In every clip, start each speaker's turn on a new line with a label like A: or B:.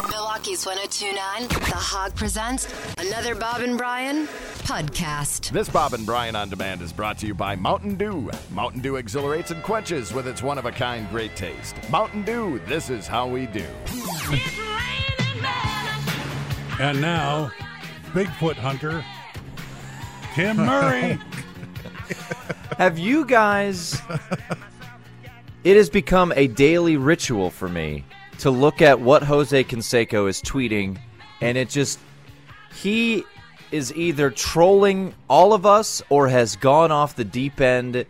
A: Rockies 1029, The Hog presents another Bob and Brian podcast.
B: This Bob and Brian on Demand is brought to you by Mountain Dew. Mountain Dew exhilarates and quenches with its one of a kind great taste. Mountain Dew, this is how we do.
C: And now, Bigfoot hunter Tim Murray.
D: Have you guys? it has become a daily ritual for me to look at what Jose Canseco is tweeting, and it just he is either trolling all of us or has gone off the deep end,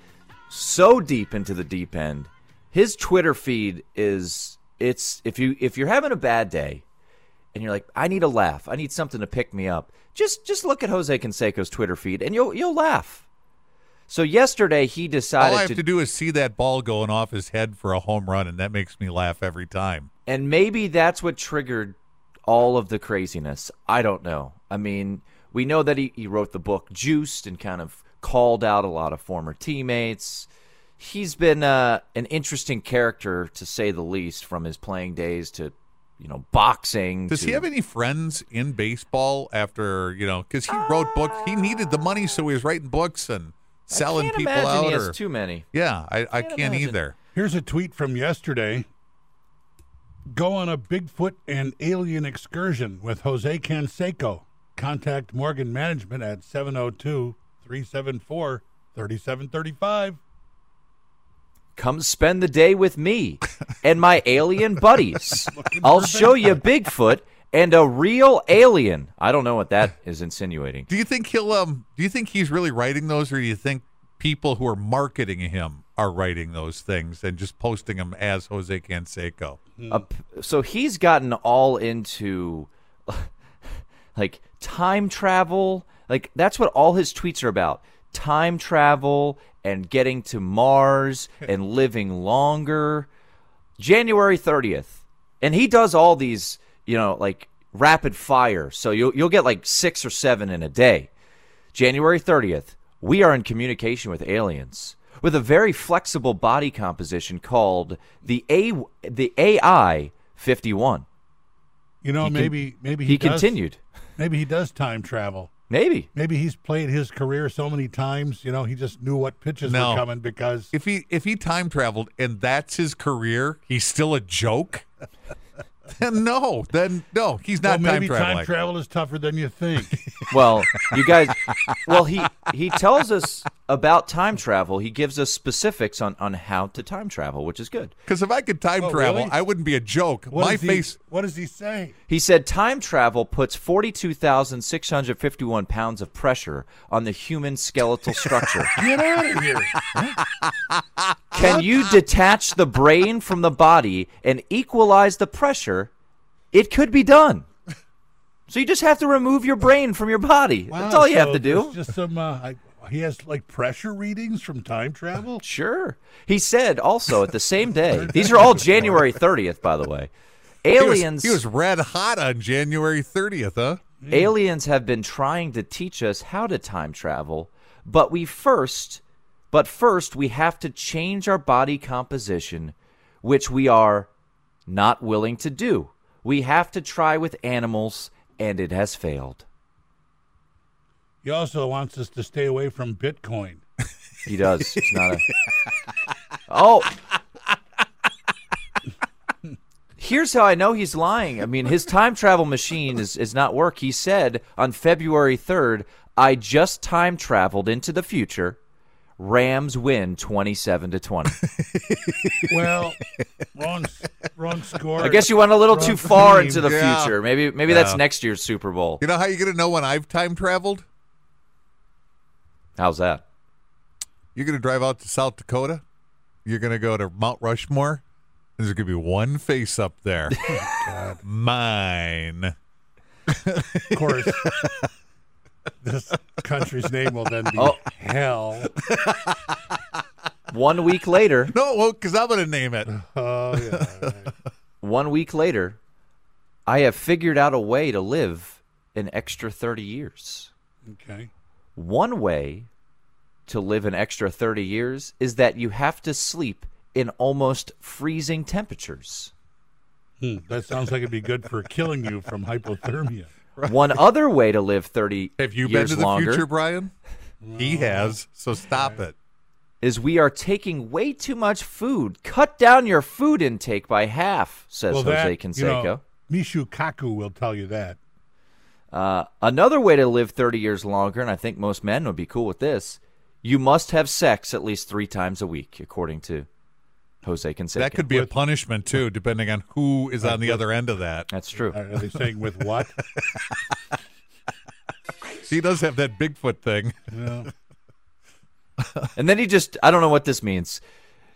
D: so deep into the deep end. His Twitter feed is it's if you if you're having a bad day and you're like, I need a laugh, I need something to pick me up. Just just look at Jose Canseco's Twitter feed, and you'll you'll laugh. So yesterday he decided
E: All I have to, do is see that ball going off his head for a home run, and that makes me laugh every time.
D: and maybe that's what triggered all of the craziness. I don't know. I mean, we know that he, he wrote the book Juiced and kind of called out a lot of former teammates. He's been uh, an interesting character, to say the least, from his playing days to, you know, boxing.
E: Does
D: to,
E: he have any friends in baseball after, you know, because he wrote books? He needed the money, so he was writing books and selling
D: I can't
E: people
D: imagine
E: out.
D: He
E: or,
D: has too many.
E: yeah, I, I can't
D: imagine.
E: either.
C: Here's a tweet from yesterday. Go on a Bigfoot and alien excursion with Jose Canseco. Contact Morgan Management at 702 374 3735.
D: Come spend the day with me and my alien buddies. I'll show you Bigfoot and a real alien. I don't know what that is insinuating.
E: Do you think he'll um? Do you think he's really writing those, or do you think people who are marketing him are writing those things and just posting them as Jose Canseco?
D: up- so he's gotten all into like time travel like that's what all his tweets are about time travel and getting to mars and living longer january 30th and he does all these you know like rapid fire so you'll, you'll get like six or seven in a day January 30th, we are in communication with aliens with a very flexible body composition called the A the AI 51.
C: You know,
D: He con-
C: maybe maybe he,
D: He
C: does-
D: continued.
C: Maybe he does time travel.
D: Maybe.
C: Maybe he's played his career so many times, you know, he just knew what pitches
E: No.
C: were coming because
E: If he if he time traveled and that's his career, he's still a joke. then no, then no, he's not
C: well,
E: time
C: maybe
E: traveling.
C: time travel is tougher than you think.
D: Well, you guys well he he tells us about time travel. He gives us specifics on on how to time travel, which is good.
E: Because if I could time
C: Oh,
E: travel,
C: really?
E: I wouldn't be a joke.
C: What
E: My
C: does he-
E: face.
C: what does he say?
D: He said time travel puts 42,651 pounds of pressure on the human skeletal structure.
C: Get out of here!
D: Can you detach the brain from the body and equalize the pressure? It could be done. So you just have to remove your brain from your body. That's all you have
C: So
D: to do.
C: there's Just some. Uh, I, he has like pressure readings from time travel.
D: Sure. He said also at the same day. These are all January 30th, by the way. Aliens
E: He was, he was red hot on January 30th, huh?
D: aliens have been trying to teach us how to time travel, but we first but first we have to change our body composition, which we are not willing to do. We have to try with animals and it has failed.
C: He also wants us to stay away from Bitcoin.
D: He does. It's not a Oh. Here's how I know he's lying. I mean, his time travel machine is, is not work. He said on February 3rd, I just time traveled into the future. Rams win 27 to 20.
C: Well, wrong, s- wrong score.
D: I guess you went a little
C: Wrong
D: too far
C: team.
D: into the
E: Yeah.
D: future. Maybe maybe that's next year's Super Bowl.
E: You know how you're going to know when I've time traveled?
D: How's that?
E: You're going to drive out to South Dakota. You're going to go to Mount Rushmore. There's going to be one face up there.
C: Oh,
E: Mine.
C: Of course, this country's name will then be
D: Oh.
C: hell.
D: One week later,
E: No, well, because I'm going to name it.
C: Oh yeah.
D: one week later, I have figured out a way to live an extra 30 years.
C: Okay.
D: One way to live an extra 30 years is that you have to sleep in almost freezing temperatures.
C: Hmm, that sounds like it'd be good for killing you from hypothermia.
D: One other way to live 30
E: Have you been
D: years
E: to the
D: longer
E: future, Brian? He has, so stop it.
D: is we are taking way too much food. Cut down your food intake by half, says Jose
C: you
D: Canseco.
C: know, Mishu Kaku will tell you that.
D: Uh, another way to live 30 years longer, and I think most men would be cool with this, you must have sex at least three times a week, according to Jose Canseco.
E: That could be a punishment too, depending on who is on the other end of that.
D: That's true.
C: Are are they saying with what?
E: He does have that Bigfoot thing.
C: Yeah.
D: And then he just, I don't know what this means.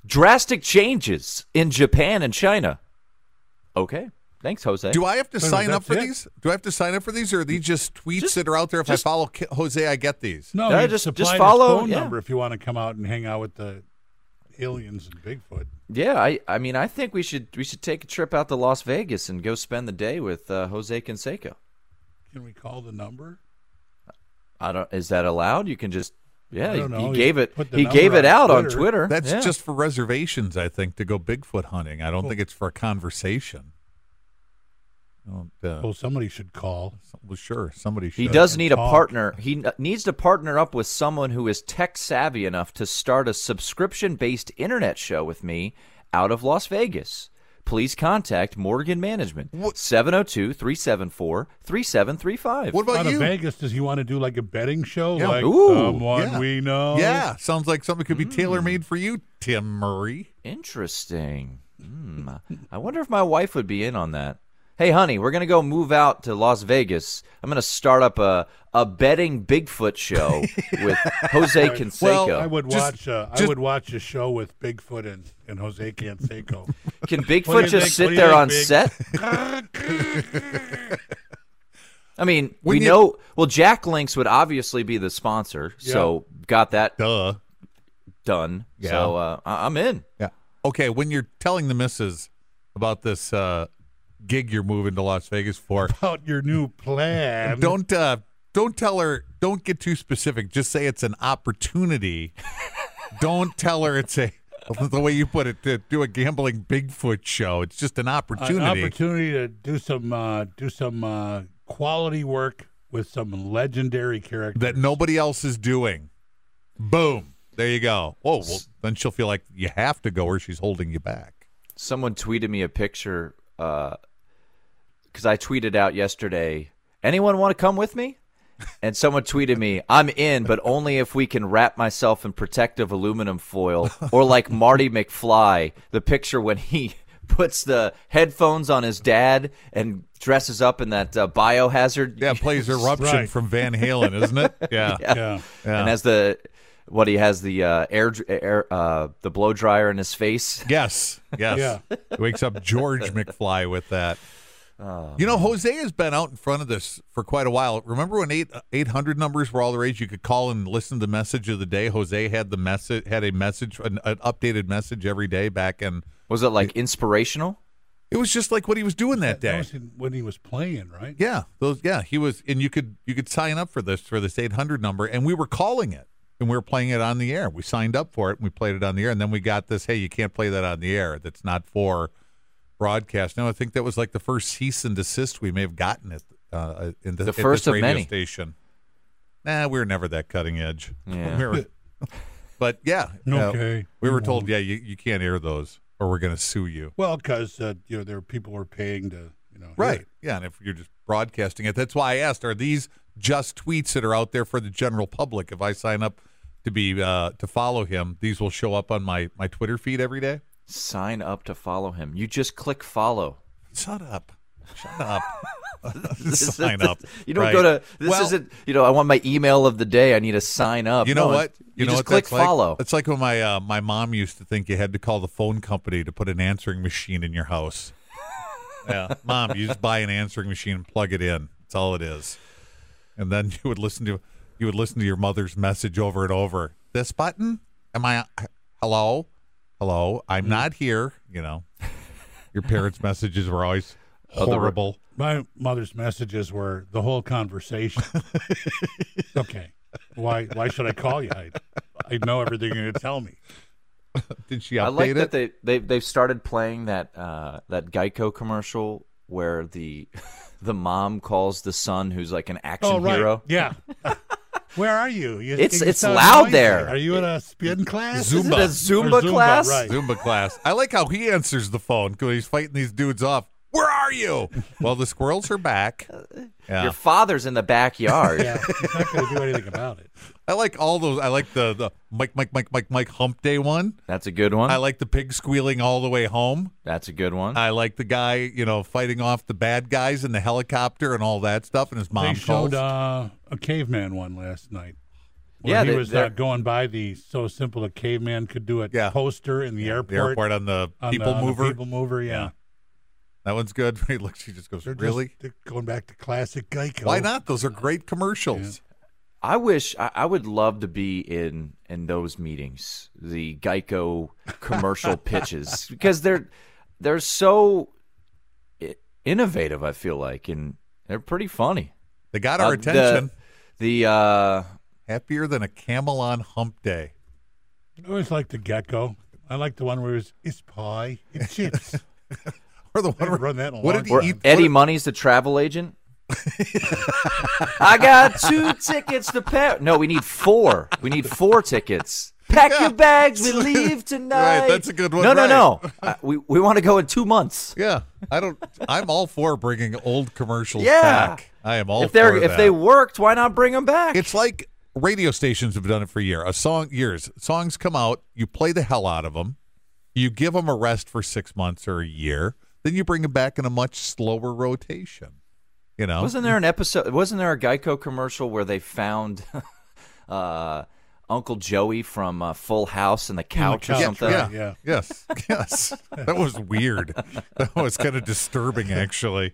D: Drastic changes in Japan and China. Okay. Thanks, Jose.
E: Do I have to
C: No, no,
E: sign up
C: that's
E: for
C: it.
E: these? Do I have to sign up for these, or are these just tweets
D: Just-
E: that are out there? If
D: just-
E: I follow K- Jose, I get these.
C: No,
D: Yeah,
C: you
D: just-
C: supplied
D: just
C: his
D: follow,
C: phone
D: yeah.
C: number if you want to come out and hang out with the aliens and Bigfoot.
D: yeah, I, I mean, I think we should we should take a trip out to Las Vegas and go spend the day with uh, Jose Canseco.
C: Can we call the number?
D: I don't. Is that allowed? You can just. Yeah,
C: I
D: he,
C: don't know.
D: he
C: You
D: gave it.
C: put the
D: He
C: number
D: gave it
C: on
D: out on
C: Twitter.
D: Twitter.
E: That's
D: Yeah.
E: just for reservations, I think, to go Bigfoot hunting. I don't think it's for a conversation. I don't, uh,
C: Well, Oh, somebody should call.
E: well, sure, somebody should.
D: He does need a
C: talk.
D: partner. He n- needs to partner up with someone who is tech savvy enough to start a subscription based internet show with me out of Las Vegas. Please contact Morgan Management
E: What-
D: 702 374 3735.
E: What about
C: out
E: you?
C: of Vegas, does he want to do like a betting show?
E: Yeah.
C: Like
D: Ooh.
C: someone
E: Yeah.
C: we know.
E: Yeah, sounds like something could be
D: Mm.
E: tailor made for you, Tim Murray.
D: Interesting. Hmm. I wonder if my wife would be in on that. Hey, honey, we're going to go move out to Las Vegas. I'm going to start up a, a betting Bigfoot show with Jose Canseco.
E: Well,
C: I would
E: Just-
C: watch. Uh, I
E: just-
C: would watch a show with Bigfoot and, and Jose Canseco.
D: Can
C: What do
D: Bigfoot
C: you think- what
D: just
C: do
D: sit
C: you
D: there
C: think,
D: on
C: Big?
D: set? I mean, we
E: Wouldn't you-
D: know. Well, Jack Links would obviously be the sponsor, so got that
E: Duh.
D: done.
E: Yeah.
D: So uh, I- I'm in.
E: Yeah. Okay, when you're telling the missus about this uh, gig you're moving to Las Vegas for,
C: About your new plan.
E: don't uh, don't tell her. Don't get too specific. Just say it's an opportunity. don't tell her it's a the way you put it to do a gambling Bigfoot show. It's just an opportunity.
C: an opportunity to do some uh, do some uh, quality work with some legendary characters.
E: that nobody else is doing. Boom. There you go. Oh, well, then she'll feel like you have to go or she's holding you back.
D: Someone tweeted me a picture because I tweeted out yesterday. Anyone want to come with me? And someone tweeted me, "I'm in, but only if we can wrap myself in protective aluminum foil, or like Marty McFly, the picture when he puts the headphones on his dad and dresses up in that uh, biohazard,
E: Yeah, plays Eruption
C: Right.
E: from Van Halen, isn't it? Yeah.
C: yeah.
E: Yeah.
D: and has the what he has the uh, air, dr- air uh, the blow dryer in his face."
E: Yes. Yes.
C: Yeah.
E: Wakes up George McFly with that. you know, Jose has been out in front of this for quite a while. Remember when eight eight hundred numbers were all the rage? You could call and listen to the message of the day. Jose had the message had a message, an, an updated message every day back, and
D: Was it like inspirational?
E: it was just like what he was doing that day.
C: That was in- when he was playing, right?
E: Yeah, those. Yeah, he was, and you could you could sign up for this for this eight hundred number, and we were calling it, and we were playing it on the air. We signed up for it, and we played it on the air, and then we got this. Hey, you can't play that on the air. That's not for broadcast. No, I think that was like the first cease and desist we may have gotten at uh, in the,
D: The
E: at this
D: first of
E: radio
D: many.
E: station. Nah, we were never that cutting edge.
D: Yeah.
E: We were- but yeah, you know,
C: Okay.
E: Uh, we were told, yeah, you, you can't air those, or we're going to sue you.
C: Well, because uh, you know there were people were paying to you know hear
E: Right.
C: it.
E: Yeah, and if you're just broadcasting it, that's why I asked: Are these just tweets that are out there for the general public? If I sign up to be uh, to follow him, these will show up on my my Twitter feed every day.
D: Sign up to follow him. You just click follow.
E: Shut up! Shut up!
D: This-
E: sign
D: this-
E: up.
D: You don't
E: Right.
D: go to this
E: Well,
D: isn't you know, I want my email of the day, I need to sign up.
E: You know
D: No,
E: what?
D: You,
E: know
D: just
E: what
D: click
E: that's like?
D: follow.
E: It's like when my uh, my mom used to think you had to call the phone company to put an answering machine in your house. yeah, mom, you just buy an answering machine and plug it in. That's all it is. And then you would listen to you would listen to your mother's message over and over. This button? Am I? uh, Hello, hello. I'm
D: Mm-hmm.
E: not here. You know, your parents' messages were always
D: Oh, the-
E: horrible.
C: My mother's messages were the whole conversation. okay. Why why should I call you? I I know everything you're gonna tell me.
E: Did she update
D: I like
E: it?
D: that they they they've started playing that uh, that Geico commercial where the the mom calls the son who's like an action
C: Oh, right.
D: hero.
C: Yeah. Where are you? You-
D: It's-
C: you
D: it's
C: sound
D: loud
C: noisy.
D: there.
C: Are you in a spin class?
D: Is it a Zumba,
C: Or Zumba,
D: class?
C: right.
E: Zumba class. I like how he answers the phone because he's fighting these dudes off. Where are you? Well, the squirrels are back. Yeah.
D: Your father's in the backyard.
C: Yeah, he's not going to do anything about it.
E: I like all those. I like the, the Mike, Mike, Mike, Mike, Mike hump day one.
D: That's a good one.
E: I like the pig squealing all the way home.
D: That's a good one.
E: I like the guy, you know, fighting off the bad guys in the helicopter and all that stuff. And his mom
C: they showed
E: calls.
C: uh, a caveman one last night. Where
D: Yeah,
C: he
D: they-
C: was
D: they're-
C: uh, going by the "So Simple a Caveman Could Do It"
E: Yeah.
C: poster in the airport.
E: the airport on the
C: on the-
E: people
C: on the
E: mover.
C: people mover, yeah.
E: That one's good. he looks. He just goes,
C: They're just-
E: "Really?
C: they're going back to classic Geico.
E: Why not? Those are great commercials."
D: I wish I, I would love to be in in those meetings, the Geico commercial pitches, because they're they're so i- innovative. I feel like, and they're pretty funny.
E: They got our
D: Uh, the-
E: attention.
D: The, uh,
E: Happier than a camel on hump day.
C: I always like the gecko. I like the one where it's, it's pie, it's chips.
E: Or the
C: They
E: one where-
C: run that in a
E: what
C: long
E: did
D: where
E: he eat?
D: Eddie Money's the travel agent. I got two tickets to pair. No, we need four. We need four tickets. Pack your bags. We leave tonight.
E: that's a good one,
D: No, no,
E: right.
D: no. I, we we want to go in two months.
E: Yeah, I don't. I'm all for bringing old commercials
D: Yeah.
E: back. I am all
D: if they're
E: Oh, for
D: if
E: that.
D: they worked, why not bring them back?
E: It's like radio stations have done it for year. A song years. Songs come out, you play the hell out of them, you give them a rest for six months or a year, then you bring them back in a much slower rotation. You know,
D: wasn't there an episode? Wasn't there a Geico commercial where they found uh, Uncle Joey from uh, Full House in the couch or
C: couch,
D: something?
E: yeah,
C: right, yeah.
E: yes, yes. That was weird. That was kind of disturbing, actually.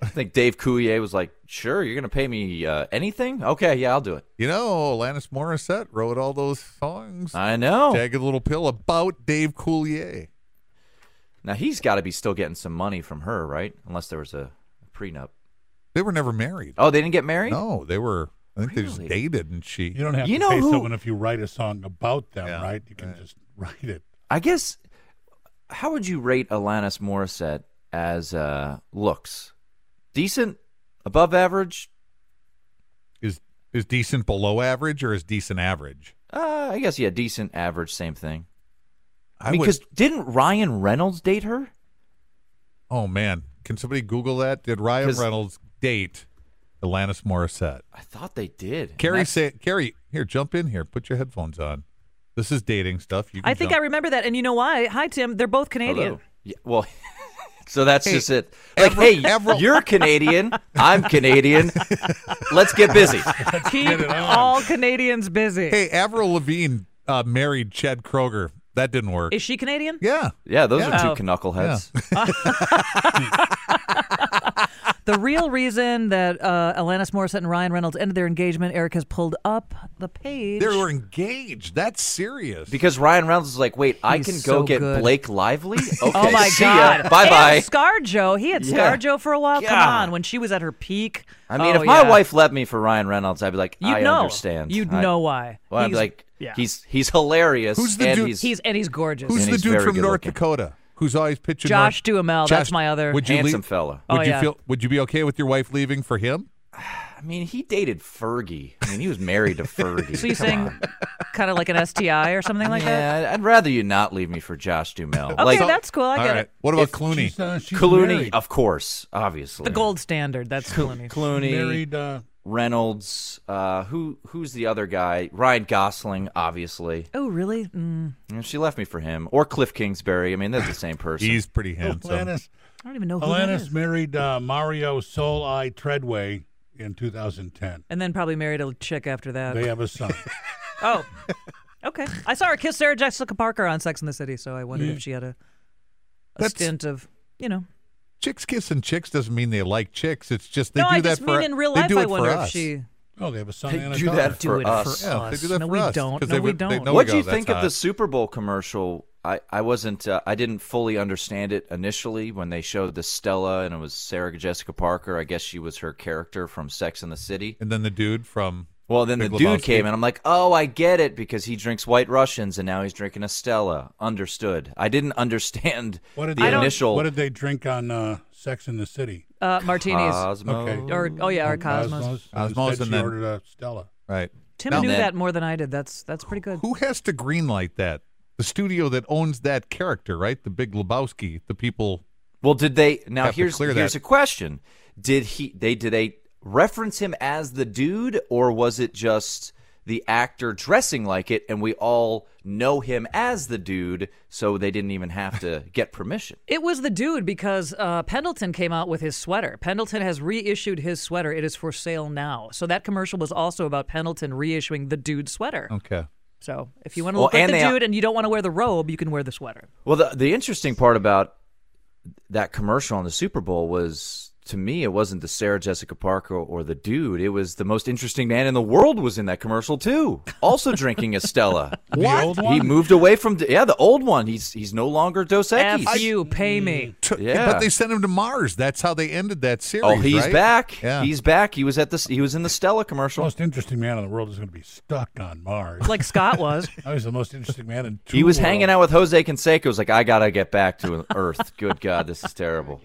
D: I think Dave Coulier was like, "Sure, you're gonna pay me uh, anything? Okay, yeah, I'll do it."
E: You know, Alanis Morissette wrote all those songs.
D: I know.
E: Jagged Little Pill about Dave Coulier.
D: Now he's got to be still getting some money from her, right? Unless there was a prenup.
E: They were never married.
D: Oh, they didn't get married.
E: No, they were. I think they just
D: Really?
E: dated, and she.
C: You don't have
D: You
C: to
D: know
C: pay
D: who-
C: someone if you write a song about them,
E: Yeah,
C: right? You can just write it.
D: I guess. How would you rate Alanis Morissette as uh, looks? Decent, above average.
E: is is decent below average or is decent average?
D: Uh, I guess yeah, decent, average, same thing.
E: I would-
D: because didn't Ryan Reynolds date her?
E: oh man, can somebody Google that? Did Ryan
D: 'Cause-
E: Reynolds date Alanis Morissette?
D: I thought they did.
E: Carrie,
D: And that's-
E: say, Carrie, here, jump in here. Put your headphones on. This is dating stuff. You can
F: I think I
E: jump.
F: remember that. And you know why? Hi, Tim. They're both Canadian.
D: Hello. Yeah, well, so that's just it. Like, hey,
E: Avril-
D: you're Canadian. I'm Canadian. Let's get busy.
F: Keep all Canadians busy.
E: Hey, Avril Lavigne uh, married Chad Kroger. That didn't work.
F: Is she Canadian?
E: yeah,
D: Yeah, those
E: Yeah.
D: are two knuckleheads.
F: The real reason that uh, Alanis Morissette and Ryan Reynolds ended their engagement, Eric has pulled up the page.
E: they were engaged. That's serious.
D: Because Ryan Reynolds is like, wait, I
F: He's
D: can go
F: so
D: get
F: good.
D: Blake Lively. Okay,
F: Oh my
D: see ya.
F: God!
D: Bye bye.
F: And ScarJo, he had
D: Yeah.
F: ScarJo for a while. Come
D: God.
F: on, when she was at her peak.
D: I mean,
F: Oh,
D: if my
F: yeah.
D: wife left me for Ryan Reynolds, I'd be like,
F: you'd
D: I
F: know.
D: understand.
F: you'd
D: I-
F: know why.
D: Well, I'd be
F: He's-
D: like,
F: yeah.
D: he's he's hilarious.
E: Who's the
D: and
E: dude-
D: He's,
F: he's and he's gorgeous.
E: Who's
D: And
E: the
D: he's
E: dude
D: very
E: from
D: good
E: North
D: looking.
E: Dakota who's always pitching?
F: Josh
E: North-
F: Duhamel, that's my other-
E: Would you
D: handsome
E: leave-
D: fella.
E: Would
F: Oh,
E: you
F: yeah.
E: feel? Would you be okay with your wife leaving for him?
D: I mean, he dated Fergie. I mean, he was married to Fergie.
F: so you
D: Come
F: saying
D: on.
F: kind of like an STI or something like that?
D: Yeah, I'd rather you not leave me for Josh Dumel.
F: Okay,
D: like
F: that's cool. I
E: All
F: get
E: right.
F: it.
E: What about
C: She's,
E: Clooney?
C: uh, she's
D: Clooney,
C: married.
D: of course, obviously.
F: The gold standard. That's Clooney.
D: Clooney,
C: married. Uh,
D: Reynolds. Uh, who who's the other guy? Ryan Gosling, obviously.
F: Oh, really? Mm,
D: And She left me for him or Cliff Kingsbury. I mean, they're the same person.
E: He's pretty handsome.
C: Alanis,
F: I don't even know who that
C: Alanis
F: is.
C: married uh, Mario Soul Eye Treadway in 2010.
F: And then probably married a chick after that.
C: They have a son.
F: Oh, okay. I saw her kiss Sarah Jessica Parker on Sex in the City, so I wondered if she had a, a
E: That's-
F: stint of, you know.
E: chicks kissing chicks doesn't mean they like chicks. It's just they
F: no,
E: do
F: I
E: that
F: just
E: for
F: mean in real
E: they
F: life.
E: do
F: I
E: it for
F: wonder if
E: us.
F: she
C: Oh, they have a son
D: They
C: and a
D: do
C: daughter. Oh,
D: that
F: do
D: for
F: it
D: us.
F: for
E: Yeah,
F: us.
E: they do that
F: no,
E: for
F: we
E: us,
F: don't.
E: 'cause
F: No,
E: they
F: we
E: would- they
F: don't.
E: know-
D: what
E: we
D: do you
E: go,
D: think
E: that's
D: of the
E: hot.
D: Super Bowl commercial? I, I wasn't uh, I didn't fully understand it initially when they showed the Stella and it was Sarah Jessica Parker. I guess she was her character from Sex and the City.
E: And then the dude from
D: Well, then
E: Big
D: the dude
E: Lebowski.
D: came, and I'm like, oh, I get it because he drinks White Russians, and now he's drinking a Stella. Understood. I didn't understand
C: What did
D: the
C: they, uh,
D: initial
C: What did they drink on uh, Sex in the City?
F: Uh, martinis.
D: Cosmo.
C: Okay.
F: or oh yeah, or Cosmos.
E: Cosmos
C: Instead,
E: and
C: she
E: then-
C: ordered a Stella.
E: Right.
F: Tim
E: Now-
F: knew
D: Then-
F: that more than I did. That's that's pretty good.
E: Who has to greenlight that? The studio that owns that character, right? The Big Lebowski. The people.
D: Well, did they now?
E: Have to
D: Here's
E: clear
D: here's
E: that.
D: a question: Did he? They did they reference him as the dude, or was it just the actor dressing like it, and we all know him as the dude, so they didn't even have to get permission?
F: It was the dude because uh, Pendleton came out with his sweater. Pendleton has reissued his sweater. It is for sale now. So that commercial was also about Pendleton reissuing the dude sweater.
E: Okay.
F: So if you want to
D: Well,
F: look at
D: and
F: the
D: they-
F: dude and you don't want to wear the robe, you can wear the sweater.
D: Well, the the interesting part about that commercial on the Super Bowl was. To me, it wasn't the Sarah Jessica Parker or the dude. It was the most interesting man in the world was in that commercial too. Also drinking Estella.
C: What? old
D: He
C: one?
D: moved away from yeah, the old one. He's he's no longer Dos Equis.
F: F you, pay me.
E: Took-
D: Yeah.
E: But they sent him to Mars. That's how they ended that series.
D: Oh, he's
E: right?
D: back.
E: Yeah.
D: He's back. He was at the he was in the Stella commercial.
C: Most interesting man in the world is going to be stuck on Mars.
F: Like Scott was.
C: I was the most interesting man in two
D: He was
C: worlds.
D: hanging out with Jose Canseco. He was like, I gotta get back to Earth. Good God, this is terrible.